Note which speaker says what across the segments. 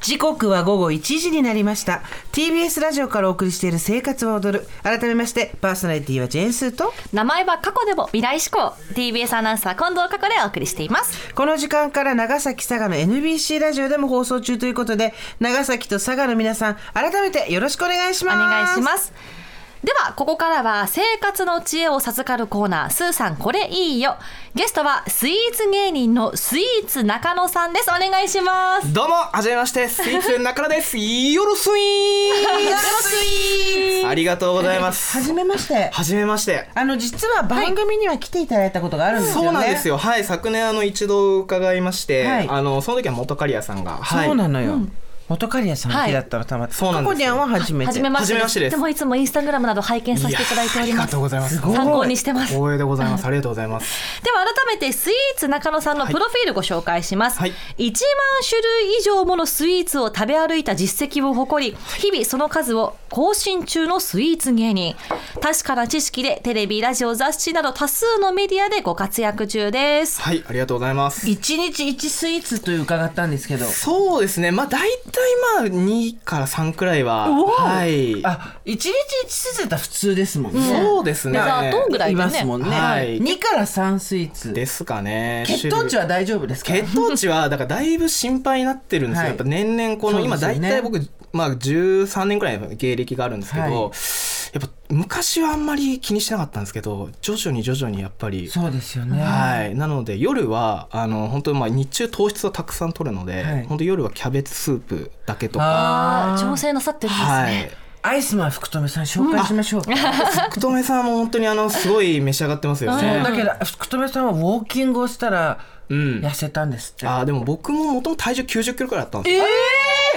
Speaker 1: 時刻は午後1時になりました TBS ラジオからお送りしている「生活は踊る」改めましてパーソナリティはジェーンスーと
Speaker 2: 名前は過去でも未来志向 TBS アナウンサー近藤佳子でお送りしています
Speaker 1: この時間から長崎佐賀の NBC ラジオでも放送中ということで長崎と佐賀の皆さん改めてよろしくお願いし
Speaker 2: お
Speaker 1: ます
Speaker 2: 願いしますではここからは生活の知恵を授かるコーナースーさんこれいいよゲストはスイーツ芸人のスイーツ中野さんですお願いします
Speaker 3: どうも、はじめまして、スイーツ中野です。よろスイーツ。ありがとうございます。
Speaker 1: はじめまして
Speaker 3: はじめまして。
Speaker 1: あの実は番組には来ていただいたことがあるんですよね、
Speaker 3: そうなんですよ。はい、昨年あの一度伺いまして、
Speaker 1: はい
Speaker 3: あのその時は元カリアさんが、はい、
Speaker 1: そうなのよ、元カリアさんの日だったのたまたま
Speaker 3: そうなんですよ
Speaker 1: 過去には初めて
Speaker 2: 初めまして
Speaker 3: 初めましてで
Speaker 2: で
Speaker 3: す
Speaker 2: もいつもインスタグラムなど拝見させていただいており
Speaker 3: やあ
Speaker 2: ま
Speaker 3: りが
Speaker 2: す
Speaker 3: とうございます。
Speaker 1: ごい
Speaker 2: 参考にしてます
Speaker 3: 光栄でございます。ありがとうございます。
Speaker 2: では改めてスイーツ中野さんのプロフィールご紹介します、
Speaker 3: はい
Speaker 2: 1万種類以上ものスイーツを食べ歩いた実績を誇り日々その数を更新中のスイーツ芸人確かな知識でテレビラジオ雑誌など多数のメディアでご活躍中です
Speaker 3: はい、ありがとうございます。
Speaker 1: 一日一スイーツという伺ったんですけど
Speaker 3: そうですね。まあ大体まあ2から3くらいは、はい。
Speaker 1: あ一日一スイーツだったら普通ですもんね、
Speaker 3: そうですね。
Speaker 2: デザートぐらい
Speaker 1: い
Speaker 2: で
Speaker 1: ます
Speaker 2: ね
Speaker 1: もんね、
Speaker 3: はい
Speaker 1: 2から3スイーツ
Speaker 3: ですかね。
Speaker 1: 血糖値は大丈夫ですか
Speaker 3: 血糖値はだからだいぶ心配になってるんですよ、
Speaker 1: はい
Speaker 3: やっぱ年々こ
Speaker 1: そ
Speaker 3: の
Speaker 1: うです
Speaker 3: 今
Speaker 1: よ
Speaker 3: 大
Speaker 1: ね
Speaker 3: 体僕、まあ、13年くらいの芸歴があるんですけど、
Speaker 1: はい
Speaker 3: やっぱ昔はあんまり気にしなかったんですけど徐々に徐々にやっぱり。
Speaker 1: そうですよね、
Speaker 3: はい、なので夜はあの本当まあ日中糖質をたくさん取るので、
Speaker 1: はい
Speaker 3: 本当夜はキャベツスープだけとか、
Speaker 2: あ
Speaker 1: あ
Speaker 2: ー
Speaker 1: ー
Speaker 2: 調整なさってるんですね、
Speaker 3: はい、
Speaker 1: アイスマン福留さん紹介しましょう、
Speaker 3: 福留さんも本当にあのすごい召し上がってますよ
Speaker 1: そう
Speaker 3: ね。
Speaker 1: だけど福留さんはウォーキングをしたら
Speaker 3: うん、
Speaker 1: 痩せたんですって、
Speaker 3: あーでも僕ももともと体重90キロくらいあったんですよ。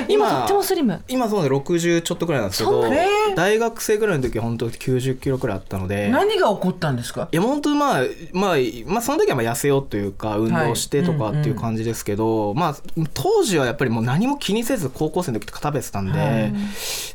Speaker 2: 今とってもスリム
Speaker 3: 今そうで60ちょっとくらいなんですけど
Speaker 2: そん
Speaker 1: なえー
Speaker 3: 大学生ぐらいの時は本当90キロくらいあったので
Speaker 1: 何が起こったんですか
Speaker 3: いや本当まあまあまあその時はまあ痩せようというか運動してとかっていう感じですけど、まあ当時はやっぱりもう何も気にせず高校生の時とか食べてたんで、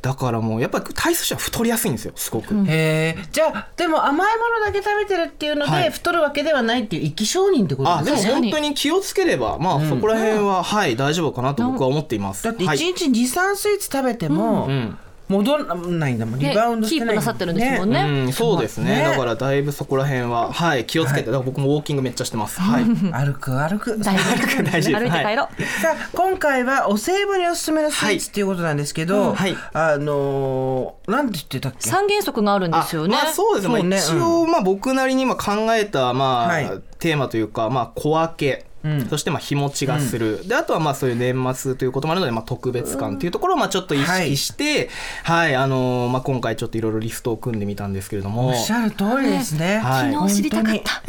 Speaker 3: だからもうやっぱり体質としては太りやすいんですよすごく。
Speaker 1: へえじゃあでも甘いものだけ食べてるっていうので、
Speaker 3: はい
Speaker 1: 太るわけではないっていう生き証人ってこと
Speaker 3: あ
Speaker 1: です
Speaker 3: でも
Speaker 1: ね
Speaker 3: 本当に気をつければまあそこら辺は、はい大丈夫かなと僕は思っています。
Speaker 1: だって
Speaker 3: は
Speaker 1: 1
Speaker 3: い
Speaker 1: 日23スイーツ食べても
Speaker 3: うん
Speaker 1: 戻らないんだもん、リバウンドしてない
Speaker 2: キープなさってるんですもんね
Speaker 3: うん、そうですね
Speaker 1: ね
Speaker 3: だからだいぶそこら辺は、はい、気をつけて、だから僕もウォーキングめっちゃしてます。はい、
Speaker 1: 歩く歩く
Speaker 2: 大丈夫
Speaker 3: 大丈夫
Speaker 2: 歩いて帰ろう、
Speaker 1: さあ今回はお歳暮におすすめのスイーツっていうことなんですけど、
Speaker 3: はいうん
Speaker 1: あのー、なんて言ってたっけ
Speaker 2: 三原則があるんですよね
Speaker 3: あまあ、そうですね
Speaker 1: そうね
Speaker 3: まあ一応、まあ、僕なりに今考えた、まあ
Speaker 1: はい
Speaker 3: テーマというか、まあ、小分け。
Speaker 1: ん
Speaker 3: そしてまあ日持ちがする、であとはまあそういう年末ということもあるので、まあ、特別感というところをまあちょっと意識して、はいあのーまあ、今回ちょっといろいろリストを組んでみたんですけれども
Speaker 1: おっしゃる通りですね、
Speaker 3: はい
Speaker 2: 昨日知りたかった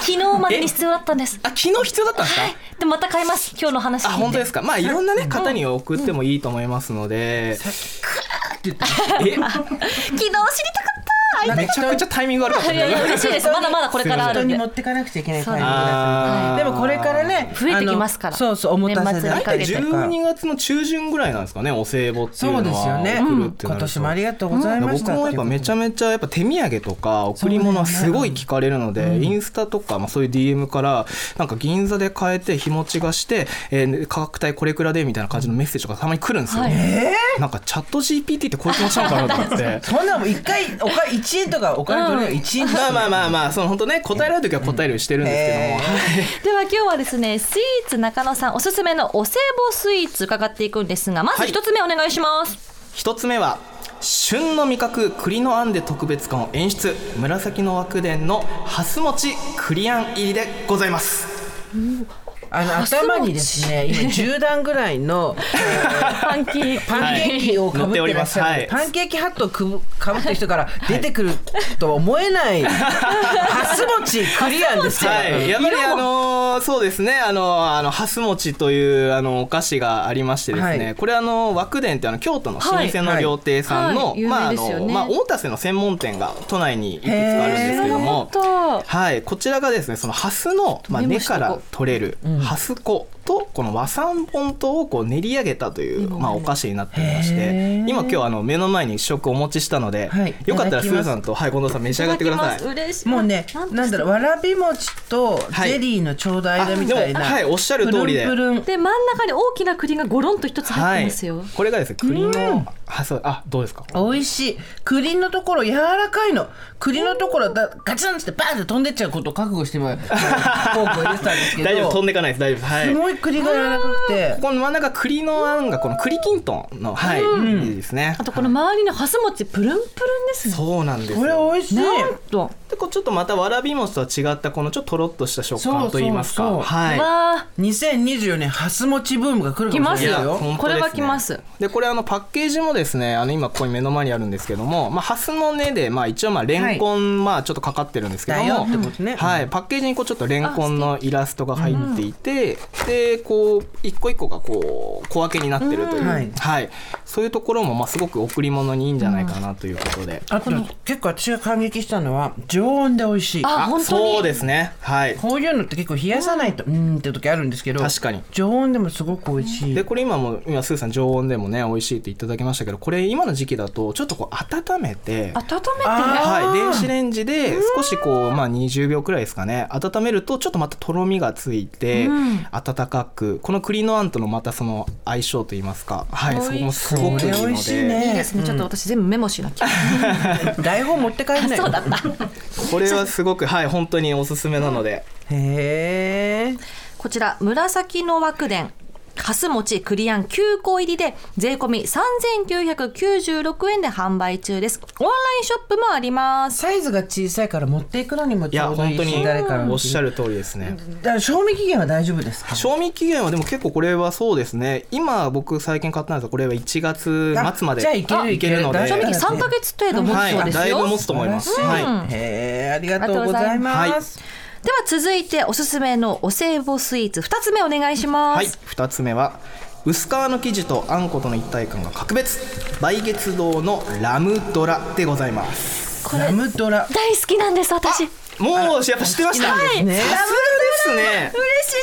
Speaker 2: 昨日までに必要だったんです
Speaker 3: あ昨日必要だったんですか、
Speaker 2: でまた買います今日の話聞い
Speaker 3: あ
Speaker 2: て
Speaker 3: 本当ですかまあいろんな、ね、方に送ってもいいと思いますので、
Speaker 1: って言って
Speaker 3: え
Speaker 2: 昨日知りたかった
Speaker 3: めちゃくちゃタイミング悪かった
Speaker 2: いやいや嬉しいですまだまだこれからあ
Speaker 1: 本当
Speaker 2: るん
Speaker 1: に
Speaker 2: で
Speaker 1: 持ってかなくちゃいけないタイミング
Speaker 3: あー
Speaker 1: ですでもこれからね
Speaker 2: 増えてきますか
Speaker 1: あ
Speaker 2: ら
Speaker 1: のそうそうおもたせであ
Speaker 2: 年
Speaker 1: っ
Speaker 2: 末
Speaker 1: た
Speaker 2: に
Speaker 1: りと
Speaker 2: かけて
Speaker 1: か
Speaker 3: 12月の中旬ぐらいなんですかねお歳暮ってい
Speaker 1: そう
Speaker 3: う
Speaker 1: で
Speaker 3: の
Speaker 1: すよ
Speaker 3: は
Speaker 1: ね、
Speaker 3: 送るって
Speaker 1: 今
Speaker 3: なると
Speaker 1: 年もありがとうございました、。
Speaker 3: 僕もやっぱめちゃめちゃやっぱ手土産とか贈り物はすごい聞かれるので、インスタとか、まあ、そういう DM からなんか銀座で買えて日持ちがして、えー価格帯これくらでみたいな感じのメッセージとかたまに来るんですよ、
Speaker 2: はい
Speaker 3: なんかチャット GPT ってこういう気持ちなのかなと思って
Speaker 1: そんなもん一回おか1円とかお金取れる1円と
Speaker 3: ま
Speaker 1: か、
Speaker 3: あまあまあまあその本当ね答えられる時は答えるようにしてるんですけども、
Speaker 1: うんへー
Speaker 3: はい
Speaker 2: では今日はですねスイーツ中野さんおすすめのお歳暮スイーツ伺っていくんですがまず
Speaker 3: はい
Speaker 2: 一つ目お願いします、
Speaker 3: 一つ目は旬の味覚栗のあんで特別感を演出紫の枠伝のハス餅栗あん入りでございます
Speaker 1: あの頭にですね今10段ぐらいの
Speaker 2: パンキー
Speaker 1: パンケーキをかぶってらっしゃる、
Speaker 3: はい乗っておりますは
Speaker 1: パンケーキハットをくぶかぶってる人から出てくるとは思え ない、ハス餅クリアンですよ、
Speaker 3: はいやっぱりあのーそうですねあのーあのハス餅というあのお菓子がありましてですね、
Speaker 1: はい
Speaker 3: これあの枠伝ってあの京都の老舗の料亭さんの、
Speaker 2: はいはい
Speaker 3: まああ
Speaker 2: 有名ですよ
Speaker 3: の
Speaker 2: ね
Speaker 3: まあ大田瀬の専門店が都内にいくつかあるんですけ
Speaker 2: も
Speaker 3: ども
Speaker 2: っと
Speaker 3: はい、こちらがですねそのハスの、まあ、
Speaker 2: メモ
Speaker 3: 根
Speaker 2: しとこう
Speaker 3: から取れるハス粉と、個の和三本糖をこう練り上げたという、まあ、お菓子になっておりまし
Speaker 1: へ
Speaker 3: て
Speaker 1: ー
Speaker 3: 今今日あの目の前に試食お持ちしたので、
Speaker 1: はい
Speaker 3: よかった
Speaker 1: いただ
Speaker 3: ら
Speaker 1: き
Speaker 3: ス
Speaker 1: ます
Speaker 3: ーさんと、はい、近藤さん召し上がってください。
Speaker 2: 嬉しい。
Speaker 1: もうね
Speaker 2: あ
Speaker 1: なんだろうわらび餅と
Speaker 3: はい
Speaker 1: ゼリーのちょうど
Speaker 3: あ
Speaker 1: 間みたい
Speaker 3: で
Speaker 1: な、
Speaker 3: もはいおっしゃる通りで
Speaker 1: プルンプルン
Speaker 2: で真ん中に大きな栗がゴロンと一つ入ってますよ。
Speaker 3: これがですね栗のあそうあどうですか
Speaker 1: 美味しい栗のところ柔らかいの栗のところだガチャンってバーンって飛んでっちゃうことを覚悟 してもフォークを入れてたんですけど
Speaker 3: 大丈夫飛んでいかないです大丈夫ですはい
Speaker 1: すごい栗が柔らかくて
Speaker 3: ここの真ん中栗のあんがこの栗きんとんのはい、いいですね
Speaker 2: あとこの周りのハス餅プルンプルンですね。
Speaker 3: そうなんですよ
Speaker 1: これ美味しい
Speaker 2: なんと、
Speaker 3: でこうちょっとまたわらび餅とは違ったこのちょっととろっとした食感といいますか
Speaker 1: そうそうそう
Speaker 3: は
Speaker 2: わあ
Speaker 1: 2024年ハス餅ブームが来るかもし
Speaker 3: い
Speaker 1: れ
Speaker 2: 来
Speaker 1: ない
Speaker 2: ます
Speaker 3: や
Speaker 2: よ
Speaker 1: よ
Speaker 3: 本当ですね
Speaker 2: これは来ます
Speaker 3: でこれあのパッケージもですねあの今ここに目の前にあるんですけども、まあ、ハスの根で、まあ、一応まあレンコン、まあちょっとかかってるんですけど
Speaker 1: だよ
Speaker 3: も
Speaker 1: ってことね
Speaker 3: はい、パッケージにこうちょっとレンコンのイラストが入っていて、でこう一個一個がこう小分けになってるという、
Speaker 1: うんは
Speaker 3: はいいそういうところもまあすごく贈り物にいいんじゃないかなということで、
Speaker 1: あと結構私が感激したのは常温で美味しい
Speaker 2: あ本当に
Speaker 3: そうですねはい
Speaker 1: こういうのって結構冷やさないとうーんって時あるんですけど
Speaker 3: 確かに
Speaker 1: 常温でもすごく美味しい
Speaker 3: でこれ今も今スーさん常温でもね美味しいって言っていただきましたけどこれ今の時期だとちょっとこう温め
Speaker 2: 温めてね。
Speaker 3: て
Speaker 1: あ
Speaker 3: は
Speaker 1: ー
Speaker 3: い、電子レンジで少しこう、まあ、20秒くらいですかね温めるとちょっとまたとろみがついて、
Speaker 2: うん
Speaker 3: 温かくこの栗のあんとのまたその相性といいますかはい
Speaker 2: 美味し
Speaker 3: そ
Speaker 2: い
Speaker 3: こもすごく
Speaker 1: こ
Speaker 3: いい
Speaker 1: れ美
Speaker 3: の
Speaker 1: 味しい
Speaker 3: で
Speaker 1: ね
Speaker 2: いいですね。ちょっと私全部メモしなきゃ。
Speaker 1: 台本持って帰んない
Speaker 2: そうだった。
Speaker 3: これはすごくはい本当におすすめなので、
Speaker 1: へえ
Speaker 2: こちら紫の枠伝かす餅栗あん9個入りで税込み3996円で販売中ですオンラインショップもあります
Speaker 1: サイズが小さいから持っていくのにも
Speaker 3: い
Speaker 1: ち
Speaker 3: や
Speaker 1: ょうどい
Speaker 3: 本
Speaker 1: い
Speaker 3: 当
Speaker 1: し
Speaker 3: に
Speaker 1: 誰から
Speaker 3: お
Speaker 1: も
Speaker 3: っしゃる通りですね、
Speaker 1: だから賞味期限は大丈夫ですか
Speaker 3: 賞味期限はでも結構これはそうですね今僕最近買ったんですがこれは1月末まで
Speaker 1: じゃあいけるいける
Speaker 3: ので
Speaker 1: 大丈
Speaker 2: 賞
Speaker 1: 夫
Speaker 2: 味
Speaker 1: で
Speaker 2: 期
Speaker 1: す
Speaker 2: 3ヶ月程度持
Speaker 3: は
Speaker 2: つそうで
Speaker 3: い、だ
Speaker 2: す
Speaker 3: い
Speaker 2: よ、
Speaker 3: ぶ持つと思います、はい
Speaker 1: へえありがとうございます
Speaker 2: では続いておすすめのお歳暮スイーツ2つ目お願いします、
Speaker 3: はい、2つ目は薄皮の生地とあんことの一体感が格別梅月堂のラムドラでございます
Speaker 2: こ
Speaker 1: ラ
Speaker 2: れ
Speaker 1: ムドラ
Speaker 2: 大好きなんです私嬉しい
Speaker 3: もうやっぱ知ってました
Speaker 1: 好きなんですね
Speaker 3: さすがですね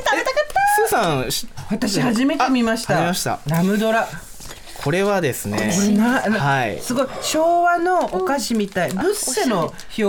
Speaker 2: 食べたかっ
Speaker 3: スーさんし
Speaker 1: 私初めて見ました
Speaker 3: あ見ました
Speaker 1: ラムドラ
Speaker 3: これはですね
Speaker 1: これな、
Speaker 3: はい
Speaker 1: すごい昭和のお菓子みたい、ブッセの表ジ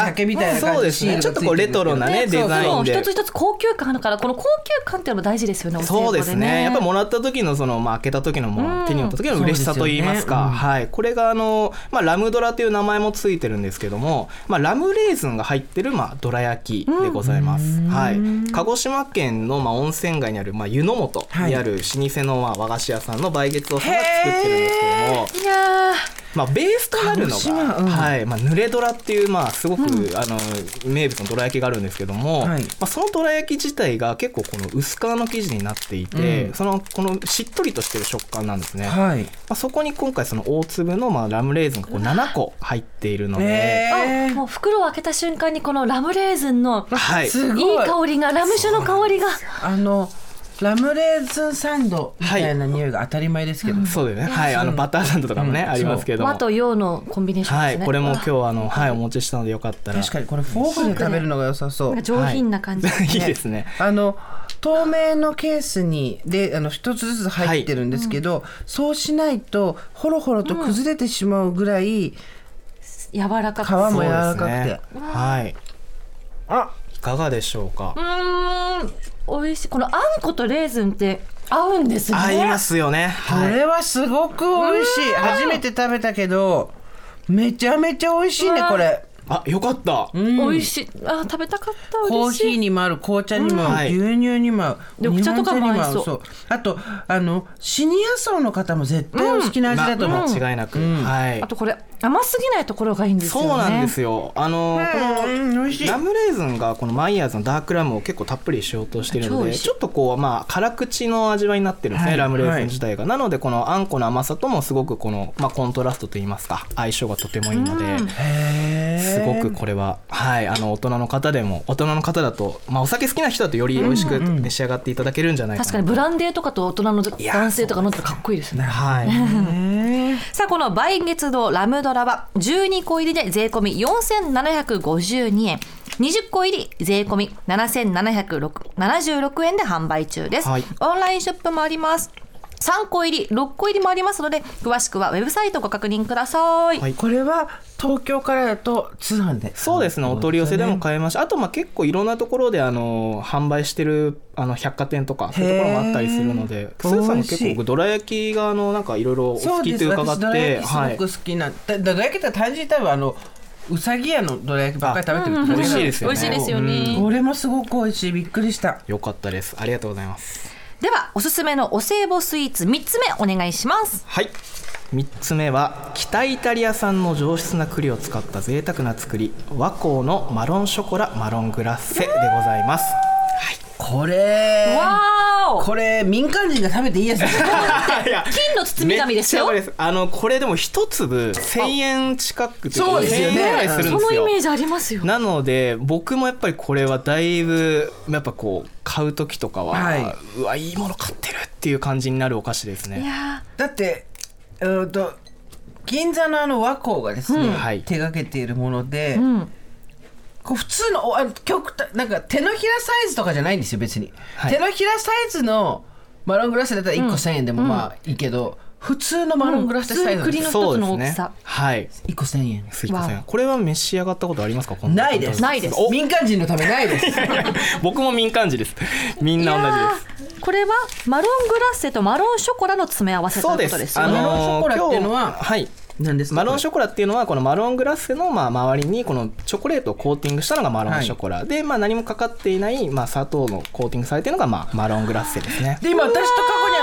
Speaker 1: ャケみたいな感じ
Speaker 3: そうですねちょっとこうレトロな
Speaker 2: た
Speaker 3: ねデザ
Speaker 2: で
Speaker 3: イ
Speaker 2: も
Speaker 3: ンで
Speaker 2: 一つ一つ高級感あるからこの高級感っていうのも大事ですよねお歳
Speaker 3: そう
Speaker 2: 暮でね
Speaker 3: ですねやっぱもらった時のその、まあ、開けた時のもう手に持った時の嬉しさといいますか、
Speaker 1: そうです
Speaker 3: はい、これがあの、まあ、ラムドラという名前もついてるんですけども、まあ、ラムレーズンが入ってる、まあ、どら焼きでございます、はい、鹿児島県の、まあ、温泉街にある、まあ、湯の本にある老舗の、まあ、和菓子屋さんの梅月堂さんが作ってるんですけ
Speaker 2: い
Speaker 3: ども、
Speaker 2: やー
Speaker 3: まあ、ベースとなる
Speaker 1: 鹿
Speaker 3: の
Speaker 1: 児島
Speaker 3: が、
Speaker 1: うん
Speaker 3: はいまあ、濡れドラっていう、まあ、すごく、あの名物のどら焼きがあるんですけども、
Speaker 1: はい
Speaker 3: まあ、そのどら焼き自体が結構この薄皮の生地になっていて、
Speaker 1: うん
Speaker 3: そのこのしっとりとしてる食感なんですね、ま
Speaker 1: はい
Speaker 3: あ、そこに今回その大粒の、まあ、ラムレーズンがこう7個入っているので、
Speaker 1: え
Speaker 2: あもう袋を開けた瞬間にこのラムレーズンの
Speaker 3: はい、
Speaker 1: す
Speaker 2: い
Speaker 1: ごい
Speaker 2: い香りがラム酒の香りが
Speaker 1: あのラムレーズンサンドみたいな匂いが当たり前ですけど、
Speaker 3: そうですね、はい、あのバターサンドとかもね、
Speaker 1: うん
Speaker 3: ありますけども
Speaker 2: 和と洋のコンビネーション
Speaker 3: は
Speaker 2: です
Speaker 3: い、
Speaker 2: ね、
Speaker 3: これも
Speaker 2: う
Speaker 3: 今日あの、はい、お持ちしたのでよかったら
Speaker 1: 確かにこれフォークで食べるのが良さそう
Speaker 2: わなんか上品な感じ、
Speaker 3: はいいいですね
Speaker 1: あの透明のケースにであの一つずつ入ってるんですけど、そうしないとほろほろと崩れてしまうぐらい
Speaker 2: 柔らか
Speaker 1: 皮
Speaker 2: くう
Speaker 1: も柔らかくて、
Speaker 3: そうですねはい
Speaker 1: あ
Speaker 3: いかがでしょうか、
Speaker 2: ーん美味しいこのあんことレーズンって合うんですね
Speaker 3: 合いますよね、
Speaker 1: こ
Speaker 3: はい、
Speaker 1: れはすごく美味しい初めて食べたけどめちゃめちゃ美味しいね
Speaker 2: うん
Speaker 1: これ
Speaker 3: あよかった、
Speaker 2: 美味しいあー食べたかった
Speaker 1: コー
Speaker 2: 嬉し
Speaker 1: ヒ
Speaker 2: い
Speaker 1: ーにもある紅茶にも
Speaker 3: うん
Speaker 1: 合う牛乳にも合う
Speaker 2: 緑茶とかも合いそう
Speaker 1: 日本茶にあとあのシニア層の方も絶対お好きな味だと思う、
Speaker 3: ま間違いなく、
Speaker 1: ん
Speaker 3: はい
Speaker 2: あとこれ甘すぎないところがいいんですよ
Speaker 3: そ
Speaker 2: ね
Speaker 3: うなんですよあのーこの
Speaker 1: うん美味しい
Speaker 3: ラムレーズンがこのマイヤーズのダークラムを結構たっぷりしようとしている
Speaker 2: 超
Speaker 3: の
Speaker 2: 美
Speaker 3: で
Speaker 2: 味しい
Speaker 3: ちょっとこうまあ辛口の味わいになってるんですね、
Speaker 1: はい
Speaker 3: ラムレーズン自体が、なのでこのあんこの甘さともすごくこの、まあ、コントラストといいますか相性がとてもいいので、
Speaker 1: へ
Speaker 3: すごくこれは、はい、あの大人の方でも大人の方だと、まあ、お酒好きな人だとより美味しく召し上がっていただけるんじゃないかな
Speaker 2: 確かにブランデーとかと大人の
Speaker 3: や
Speaker 2: 男性とか飲んだらかっこいいですね
Speaker 3: はい、
Speaker 2: さあこの梅月堂ラムドラは12個入りで税込み4752円20個入り税込み7776円で販売中です、
Speaker 3: はい
Speaker 2: オンラインショップもあります3個入り6個入りもありますので詳しくはウェブサイトご確認ください、
Speaker 3: はい
Speaker 1: これは東京からだと通販で
Speaker 3: そうですね、お取り寄せでも
Speaker 1: え
Speaker 3: 買えますし、あとまあ結構いろんなところであの販売してるあの百貨店とか、そういうところもあったりするので、
Speaker 1: へー
Speaker 3: スーさん
Speaker 1: 美
Speaker 3: も
Speaker 1: 味しい
Speaker 3: 結構、僕どら焼きがあのなんかいろいろお
Speaker 1: そ
Speaker 3: 好
Speaker 1: う
Speaker 3: き
Speaker 1: です
Speaker 3: と伺
Speaker 1: 私
Speaker 3: っ
Speaker 1: どら
Speaker 3: て、
Speaker 1: 焼きすご
Speaker 3: はい
Speaker 1: く好、きな、だどら焼きって単純に多分あのうさぎ屋のどら焼きばっかり食べてる
Speaker 3: あうんうん美味しいですよね
Speaker 2: 美味しいですよね、
Speaker 1: これもすごく美味しいびっくりした
Speaker 3: よかったです、ありがとうございます。
Speaker 2: ではおすすめのお歳暮スイーツ3つ目お願いします
Speaker 3: はい3つ目は北イタリア産の上質な栗を使った贅沢な作り和光のマロンショコラマロングラッセでございます
Speaker 1: これ
Speaker 2: わーお
Speaker 1: これ民間人が食べ ていいやつですね
Speaker 3: いや
Speaker 2: 金の包み紙ですよ
Speaker 3: めっちゃこれあのこれでも一粒1000円近くとい
Speaker 1: そう
Speaker 3: か
Speaker 1: ですよね
Speaker 3: 1000円ぐらいするんですよ
Speaker 2: そのイメージありますよ
Speaker 3: なので僕もやっぱりこれはだいぶやっぱこう買う時とかは、
Speaker 1: はいう
Speaker 3: わいいもの買ってるっていう感じになるお菓子です
Speaker 2: い
Speaker 3: ね
Speaker 2: や
Speaker 1: だってうーんと銀座のあの和光がですね、
Speaker 3: はい
Speaker 1: 手がけているもので、
Speaker 2: ーうん
Speaker 1: こう普通のおあの極端なんか手のひらサイズとかじゃないんですよ別に、
Speaker 3: はい
Speaker 1: 手のひらサイズのマロングラッセだったら1個1000円でもまあいいけど、普通のマロングラッセサイズ
Speaker 2: うん普通の栗
Speaker 3: そう
Speaker 2: 一つ
Speaker 3: です
Speaker 2: の大き
Speaker 3: ね
Speaker 2: さ
Speaker 3: はい
Speaker 1: 1個1000円
Speaker 3: すいませ
Speaker 2: わ
Speaker 3: んこれは召し上がったことありますかこん
Speaker 1: ないです
Speaker 2: ないです
Speaker 3: お
Speaker 1: 民間人のためないです
Speaker 3: 僕も民間 人です。みん
Speaker 2: い
Speaker 3: な
Speaker 2: や
Speaker 3: 同じです。
Speaker 2: ーこれはマロングラッセとマロンショコラの詰め合わせと
Speaker 3: そ
Speaker 2: い
Speaker 3: う
Speaker 2: う
Speaker 3: で。
Speaker 2: ことですすよ
Speaker 3: あ
Speaker 2: ね。
Speaker 1: マロンショ
Speaker 3: の
Speaker 1: コラっていうのは
Speaker 3: 今日はい。
Speaker 1: 何ですか
Speaker 3: マロンショコラっていうのはこのマロングラッセのまあ周りにこのチョコレートをコーティングしたのがマロンショコラ、でまあ何もかかっていないまあ砂糖のコーティングされてるのがまあマロングラッセですね。
Speaker 1: で今私とカコ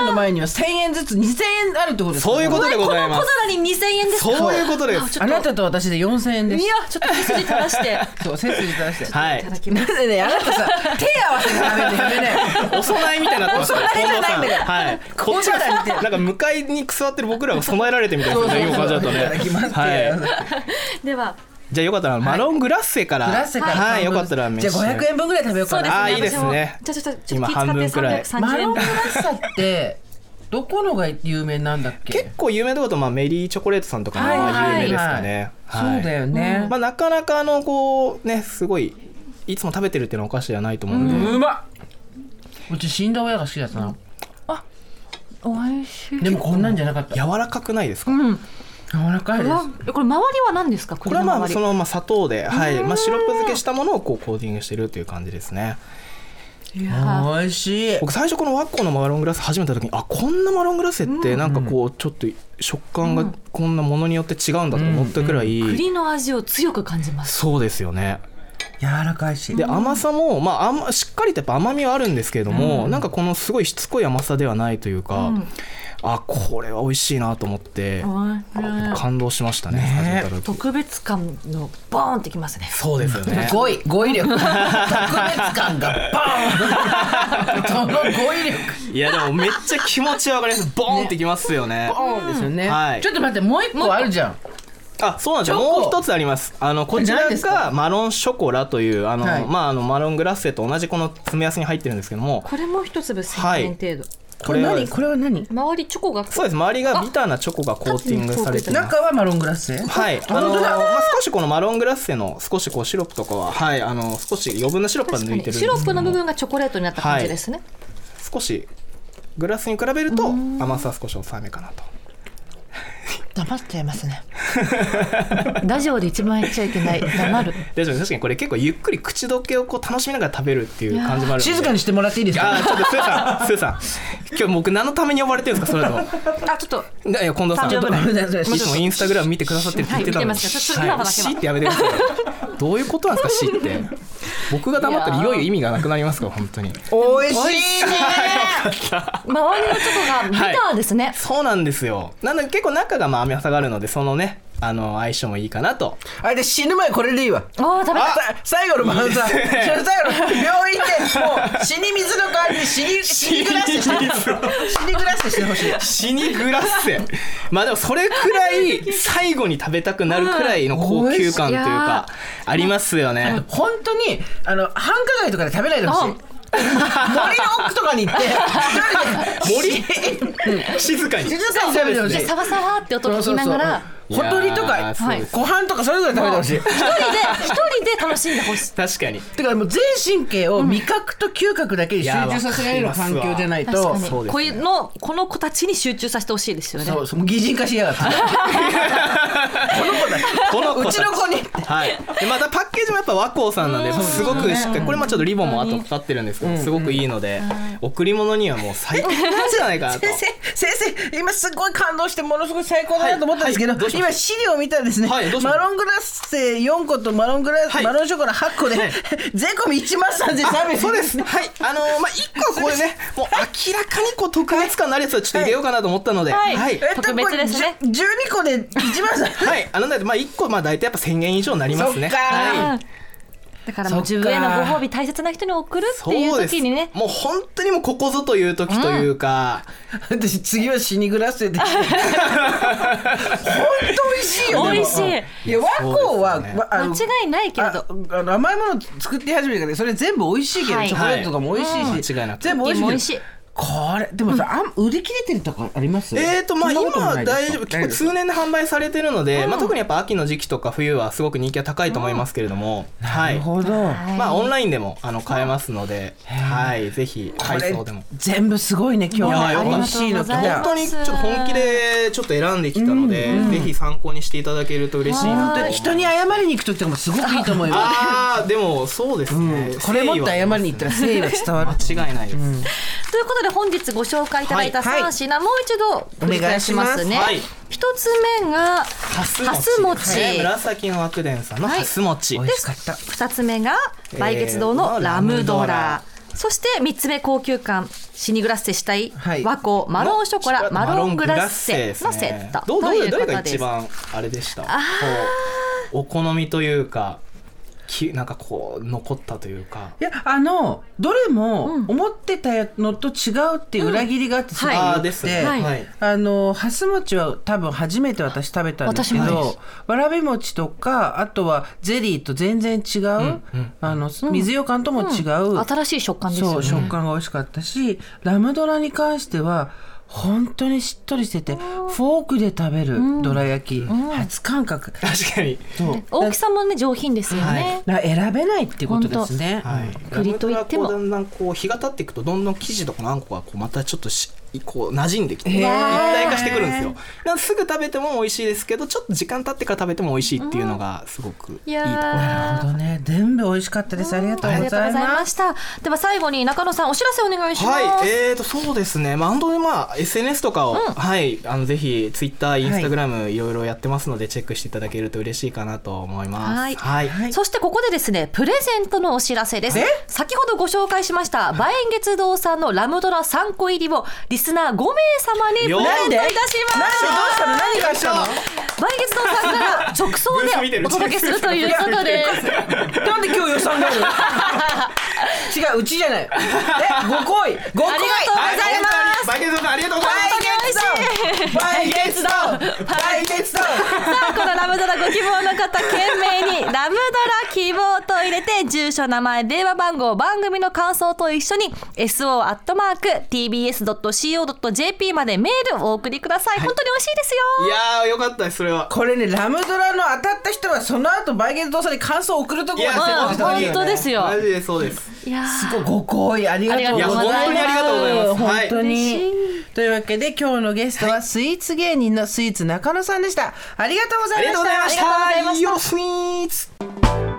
Speaker 1: ニャンの前には1000円ずつ2000円あるってことですか
Speaker 3: そういうことでご
Speaker 2: こ
Speaker 3: ざい
Speaker 2: の
Speaker 3: ま
Speaker 2: 小
Speaker 3: す。
Speaker 2: 皿に2000円ですか
Speaker 3: そういうことです
Speaker 2: あちょ
Speaker 1: あ
Speaker 2: っと
Speaker 1: なたと私で4000円で
Speaker 2: い
Speaker 1: す
Speaker 2: やちょっと手筋垂らして
Speaker 1: そう背筋出して
Speaker 3: は
Speaker 2: た
Speaker 3: い
Speaker 2: だ。きま
Speaker 1: な
Speaker 2: す
Speaker 1: んでねあなたさ手合わせがダメだよね
Speaker 3: お供えみたいになってますね。
Speaker 1: お供えじゃないんだよ
Speaker 3: 近藤さはい。こっち
Speaker 1: 小皿
Speaker 3: がなんか向かいに座ってる僕らが備えられてみたいなそういう感じだとね。
Speaker 1: いただきますって、
Speaker 3: はい。
Speaker 2: では
Speaker 3: じゃあよかったらマロングラッセから。
Speaker 1: グラッセから
Speaker 3: は
Speaker 1: 半
Speaker 3: い。よ
Speaker 1: 分
Speaker 3: かったら召し
Speaker 1: じゃ
Speaker 3: 上が
Speaker 1: あ
Speaker 3: って
Speaker 1: 500円分ぐらい食べよう
Speaker 2: そ
Speaker 1: か
Speaker 2: う
Speaker 1: な
Speaker 2: ですね
Speaker 3: あーいいですね
Speaker 2: 私もじゃあちょっとちょっ
Speaker 3: 今
Speaker 2: と気使って
Speaker 3: 半分くらい
Speaker 1: マ
Speaker 2: 330
Speaker 1: ロン
Speaker 2: 円
Speaker 1: グラッサってどこのが有名なんだっけ
Speaker 3: 結構有名なことはまあメリーチョコレートさんとか
Speaker 1: はいはい
Speaker 3: が
Speaker 1: はい
Speaker 3: 有名ですかね。はい
Speaker 1: そうだよね、
Speaker 3: まあなかなかあのこうねすごいいつも食べてるっていうのはお菓子じゃないと思うんで、
Speaker 1: うまっうち死んだ親が好きだったな
Speaker 2: 美味しい
Speaker 1: でもこんなんじゃなかった
Speaker 3: 柔らかくないですか？
Speaker 2: うん
Speaker 1: 柔らかいで
Speaker 2: うわ
Speaker 1: す
Speaker 2: これ周りは何ですかこ
Speaker 3: これはまあそ
Speaker 2: の
Speaker 3: のまあ砂糖で、はい、まあシロップ漬けしたものをこうコーティングしてるっていう感じですね。
Speaker 2: いや
Speaker 1: 美味しい
Speaker 3: 僕最初このワッコのマロングラス始めた時にあこんなマロングラスってなんかこうちょっと食感がこんなものによって違うんだと思ったくらい、
Speaker 2: 栗の味を強く感じます
Speaker 3: そうですよね。
Speaker 1: 柔らかいし
Speaker 3: で甘さも、まあ、甘しっかりとやっぱ甘みはあるんですけれども、なんかこのすごいしつこい甘さではないというか、
Speaker 2: うん
Speaker 3: あこれは美味しいなと思って、
Speaker 2: うん
Speaker 3: 感動しましたね
Speaker 1: ね
Speaker 3: 初めた時
Speaker 2: 特別感のボーンってきますね
Speaker 3: そうですよね
Speaker 1: 語彙語 彙力特別感がバーン その語彙力
Speaker 3: いやでもめっちゃ気持ちわかりますボーンってきますよね
Speaker 1: バーンですよね、
Speaker 3: はい
Speaker 1: ちょっと待ってもう一個あるじゃん
Speaker 3: あそうなんですよ
Speaker 1: チョコ
Speaker 3: もう一つありますあのこちら
Speaker 1: 何ですか
Speaker 3: がマロンショコラというあの、
Speaker 1: はい
Speaker 3: まあ、あのマロングラッセと同じこの詰め合わせに入ってるんですけども
Speaker 2: これも一粒1000円程度、
Speaker 1: これ
Speaker 3: は
Speaker 1: 何これは何
Speaker 2: 周りチョコが
Speaker 3: そうです周りがビターなチョコがコーティングされてます
Speaker 1: 中はマロングラッセ
Speaker 3: はい、あ
Speaker 1: 本
Speaker 3: の
Speaker 1: 当だ
Speaker 3: まあ、少しこのマロングラッセの少しこうシロップとかは、はい、あの少し余分なシロップは
Speaker 2: 確か
Speaker 3: 抜いてる
Speaker 2: にシ
Speaker 3: んですけど
Speaker 2: ロップの部分がチョコレートになった感じですね、
Speaker 3: 少しグラスに比べると甘さは少し抑えめかなと。
Speaker 2: 黙っちゃいます ねラジオで一番言っちゃいけない黙る
Speaker 3: 大丈夫です確かにこれ結構ゆっくり口どけをこう楽しみながら食べるっていう感じもあるので
Speaker 1: 静かにしてもらっていいです
Speaker 3: あ
Speaker 1: か
Speaker 3: ーちょっとスーさんスーさん今日僕何のために呼ばれてるんですかそれと
Speaker 2: あちょっと
Speaker 3: いやいや近藤さ
Speaker 2: 誕
Speaker 3: ん
Speaker 2: 生日
Speaker 1: ごめんなさい
Speaker 3: もしもインスタグラム見てくださってるって言ってたのに、
Speaker 2: はい見てますよちょっと今のだけは
Speaker 3: シーってやめてくださいどういうことなんですかシーって僕が黙ったらいよいよ意味がなくなりますから本当に
Speaker 1: おいしいね
Speaker 2: 周りのチョコがビターですね、
Speaker 3: そうなんですよなので結構中がまあ甘さがあるのでそのねあの相性もいいかなと
Speaker 1: あれで死ぬ前これでいいわ
Speaker 2: ああ食べ
Speaker 1: あ
Speaker 2: た
Speaker 1: さ最後の晩餐
Speaker 3: いいですね
Speaker 1: その最後の病院でもう死に水の代わりに死に死にグラスして死にグラスしてほしい
Speaker 3: 死にグラッセまあでもそれくらい最後に食べたくなるくらいの高級感という
Speaker 2: うん美味しいいや
Speaker 3: かありますよね
Speaker 1: 本当にあの繁華街とかで食べないでほしい
Speaker 2: あ
Speaker 1: 森の奥とかに行って一人で
Speaker 3: 森静かに
Speaker 1: 静かに食べてほし
Speaker 2: で
Speaker 1: い
Speaker 2: サワサワって音聞きながら
Speaker 1: ほとりと
Speaker 3: い
Speaker 1: か
Speaker 3: やーそうです
Speaker 1: ご飯とかそれぞれ食べてほしい
Speaker 2: 一人で一人で楽しんでほしい。
Speaker 3: 確かに
Speaker 1: てかもう全神経を味覚と嗅覚だけに集中させられ
Speaker 3: い
Speaker 1: る
Speaker 3: やわか
Speaker 1: 環
Speaker 3: りますわ
Speaker 1: 境じゃない
Speaker 2: 確
Speaker 1: と
Speaker 2: かに、
Speaker 3: そうですね
Speaker 2: こういうのこの子たちに集中させてほしいですよね。
Speaker 1: そうそう擬人化しやがってこの子だ
Speaker 3: この子た
Speaker 1: うちの子に
Speaker 3: はい、でまたパッケージもやっぱ和光さんなんで
Speaker 2: うん
Speaker 3: すごくしっかりこれまあちょっとリボンも後かかってるんですけどすごくいいので贈り物にはもう最高なんじゃないかな と
Speaker 1: 先生先生今すごい感動してものすごい最高だなと思ったんですけど,、
Speaker 3: はいはいどうしま
Speaker 1: 今資料を見たらですね、
Speaker 3: はいどうしま
Speaker 1: マ
Speaker 3: した
Speaker 1: ロングラッセ4個とマロングラ、
Speaker 3: はい
Speaker 1: マロンショコラ8個で、
Speaker 3: はい
Speaker 1: 税込み1万3300円
Speaker 3: そうですはいあのーまあ一個はこれねもう明らかにこう特別感のあるやつはちょっと入れようかなと思ったので
Speaker 2: はい
Speaker 3: は
Speaker 1: えっ
Speaker 3: い
Speaker 1: と
Speaker 2: 特別ですね
Speaker 1: これじゅ12個で1万3
Speaker 3: はいあのなのでまあ一個まあ大体やっぱ1000円以上になりますね
Speaker 1: そっかー
Speaker 3: は
Speaker 2: う
Speaker 3: い
Speaker 2: んだからもう
Speaker 1: そっ
Speaker 2: 自
Speaker 1: か
Speaker 2: 分へのご褒美大切な人に送るっていう
Speaker 3: そうです
Speaker 2: 時にね。
Speaker 3: もう本当にもうここぞという時というか、
Speaker 1: 円私次は死にグラッセで 本当美味しいよでも
Speaker 2: 美味しい
Speaker 1: いや和光は、
Speaker 3: そうですよね
Speaker 1: わあの
Speaker 2: 間違いないけれど。
Speaker 1: ああの甘いもの作って始めてからそれ全部美味しいけど、
Speaker 2: はい
Speaker 1: チョコレートとかも美味し
Speaker 3: はいい
Speaker 1: し、
Speaker 3: 間違いなく
Speaker 1: 全部美味しいけ
Speaker 2: 美
Speaker 1: ど
Speaker 2: 味しい
Speaker 1: これでもさ、あん売り切れてるとこあります
Speaker 3: えーとまあ
Speaker 1: そん
Speaker 3: 今
Speaker 1: なこともな
Speaker 3: はい
Speaker 1: ですか
Speaker 3: 大丈夫
Speaker 1: な
Speaker 3: 結構
Speaker 1: いです
Speaker 3: 通年で販売されてるので、まあ、特にやっぱ秋の時期とか冬はすごく人気は高いと思いますけれども、は
Speaker 1: ないるほど、
Speaker 2: はい
Speaker 3: まあオンラインでもあの買えますので、はいぜひ
Speaker 1: こ
Speaker 3: 配
Speaker 1: れ
Speaker 3: 送でも。
Speaker 1: 全部すごいね今日
Speaker 3: いや
Speaker 1: は
Speaker 3: よかった
Speaker 1: 美味しいのと
Speaker 2: ありが
Speaker 3: 本
Speaker 2: とうございます
Speaker 3: 当にちょっと本気でちょっと選んできたので、ぜひ参考にしていただけると嬉しいな
Speaker 1: 本
Speaker 3: と
Speaker 1: 当に人に謝りに行く時とかもすごくいいと思いま
Speaker 3: ああでもそうですね、
Speaker 1: すこれもっと謝りに行ったら誠意が伝 わる
Speaker 3: 誠意は間違いないで
Speaker 2: と
Speaker 3: す、
Speaker 2: いうことで本日ご紹介いただいた
Speaker 1: はいはい
Speaker 2: 3品、もう一度繰り返しますね
Speaker 3: お願いしま。
Speaker 2: 一、つ目が
Speaker 3: ハス
Speaker 2: ハス
Speaker 3: モ
Speaker 2: モ
Speaker 3: チ
Speaker 2: チ
Speaker 3: ね紫の悪伝さんのハスモチ、
Speaker 1: 美味しかった
Speaker 2: 二つ目が梅月堂
Speaker 3: え
Speaker 2: の
Speaker 3: ー
Speaker 2: ラムド
Speaker 3: ラムドラ
Speaker 2: ラ。そして三つ目高級感シニグラッセしたい
Speaker 1: はい
Speaker 2: 和光マロンショコラマロングラッセのセット
Speaker 3: どうど
Speaker 2: といううこ
Speaker 3: どれ
Speaker 2: と
Speaker 3: が
Speaker 2: で
Speaker 3: 一
Speaker 2: す。
Speaker 3: 番あれでしたこうお好みというかきなんかこう残ったというか
Speaker 1: いやあのどれも思ってたのと違うっていう裏切りがあってすごい
Speaker 2: はい
Speaker 1: 良
Speaker 3: あー
Speaker 1: くて
Speaker 3: ですね
Speaker 2: はい
Speaker 3: はい
Speaker 1: あのハス餅は多分初めて私食べたんですけ
Speaker 2: 私も
Speaker 1: どわらび餅とかあとはゼリーと全然違う、
Speaker 3: うん
Speaker 1: あの水ようかんとも違う、
Speaker 2: 新しい食感です
Speaker 1: そ
Speaker 2: よ
Speaker 1: う
Speaker 2: ね。
Speaker 1: 食感が美味しかったし、ラムドラに関しては本当にしっとりしてて、フォークで食べるどら焼き、初感覚、
Speaker 3: 確かに
Speaker 1: そう
Speaker 2: 大きさもね上品ですよね。
Speaker 1: な選べないってことですね、
Speaker 3: はい、
Speaker 2: 栗といっても
Speaker 3: ラムネがこうだんだんこう日が経っていくとどんどん生地とこのあんこがこうまたちょっとしこう馴染んできて
Speaker 1: へー
Speaker 3: 一体化してくるんですよだからすぐ食べても美味しいですけどちょっと時間経ってから食べても美味しいっていうのがすごくいいところ
Speaker 2: やー
Speaker 1: なるほどね全部美味しかったですありがと
Speaker 2: あ
Speaker 1: うご
Speaker 2: りが
Speaker 1: ざ
Speaker 2: とうご
Speaker 1: い
Speaker 2: ざい
Speaker 1: ま
Speaker 2: ますした。では最後に中野さんお知らせお願いします。
Speaker 3: はい、えー、とそうですね、まあ、本当に、まあ、SNS とかを、はい、あのぜひ、ツイッター、インスタグラム、いろいろやってますので、チェックしていただけると嬉しいかなと思います。
Speaker 2: はい
Speaker 3: はい
Speaker 1: はい
Speaker 2: そしてここでですね、プレゼントのお知らせです
Speaker 1: え。
Speaker 2: 先ほどご紹介しました、梅円月堂さんのラムドラ3個入りを、リスナー5名様にプレゼントいたします。
Speaker 1: なんでどうしたの何があっ
Speaker 2: 梅円月堂さんから直送でお届けするということです。
Speaker 1: たの なんで今日予算があるの違ううちじゃないえご恋ご恋
Speaker 2: ありがとうございます
Speaker 3: す。バイケンさん、ありがとうございます。
Speaker 1: バイゲッツドバイゲッツド
Speaker 2: さあこのラムドラご希望の方懸命に「ラムドラ希望」と入れて住所名前電話番号番組の感想と一緒に SO.tbs.co.jp までメールをお送りください、本当に美味しいですよ
Speaker 3: いやー、よかったです、それは。
Speaker 1: これねラムドラの当たった人はその後バイゲン動作に感想を送るとこ
Speaker 3: いや
Speaker 1: まで
Speaker 2: うん
Speaker 1: 迫ってたわけよ
Speaker 2: 本当ですよ
Speaker 3: マジでそうです。
Speaker 2: いやー
Speaker 1: すごいご好意ありがとうございます。
Speaker 3: いや本当にありがとうございます
Speaker 1: 本当
Speaker 2: はい
Speaker 1: に
Speaker 2: 嬉。
Speaker 1: というわけで今日のゲストはスイーツ芸人のスイーツ中野さんでした。ありがとうござ
Speaker 3: あ
Speaker 1: い
Speaker 3: り
Speaker 1: ま
Speaker 3: が
Speaker 1: し
Speaker 3: とうござい
Speaker 1: た
Speaker 3: まし。
Speaker 2: ありがとうございました
Speaker 3: た。よろスイーツ。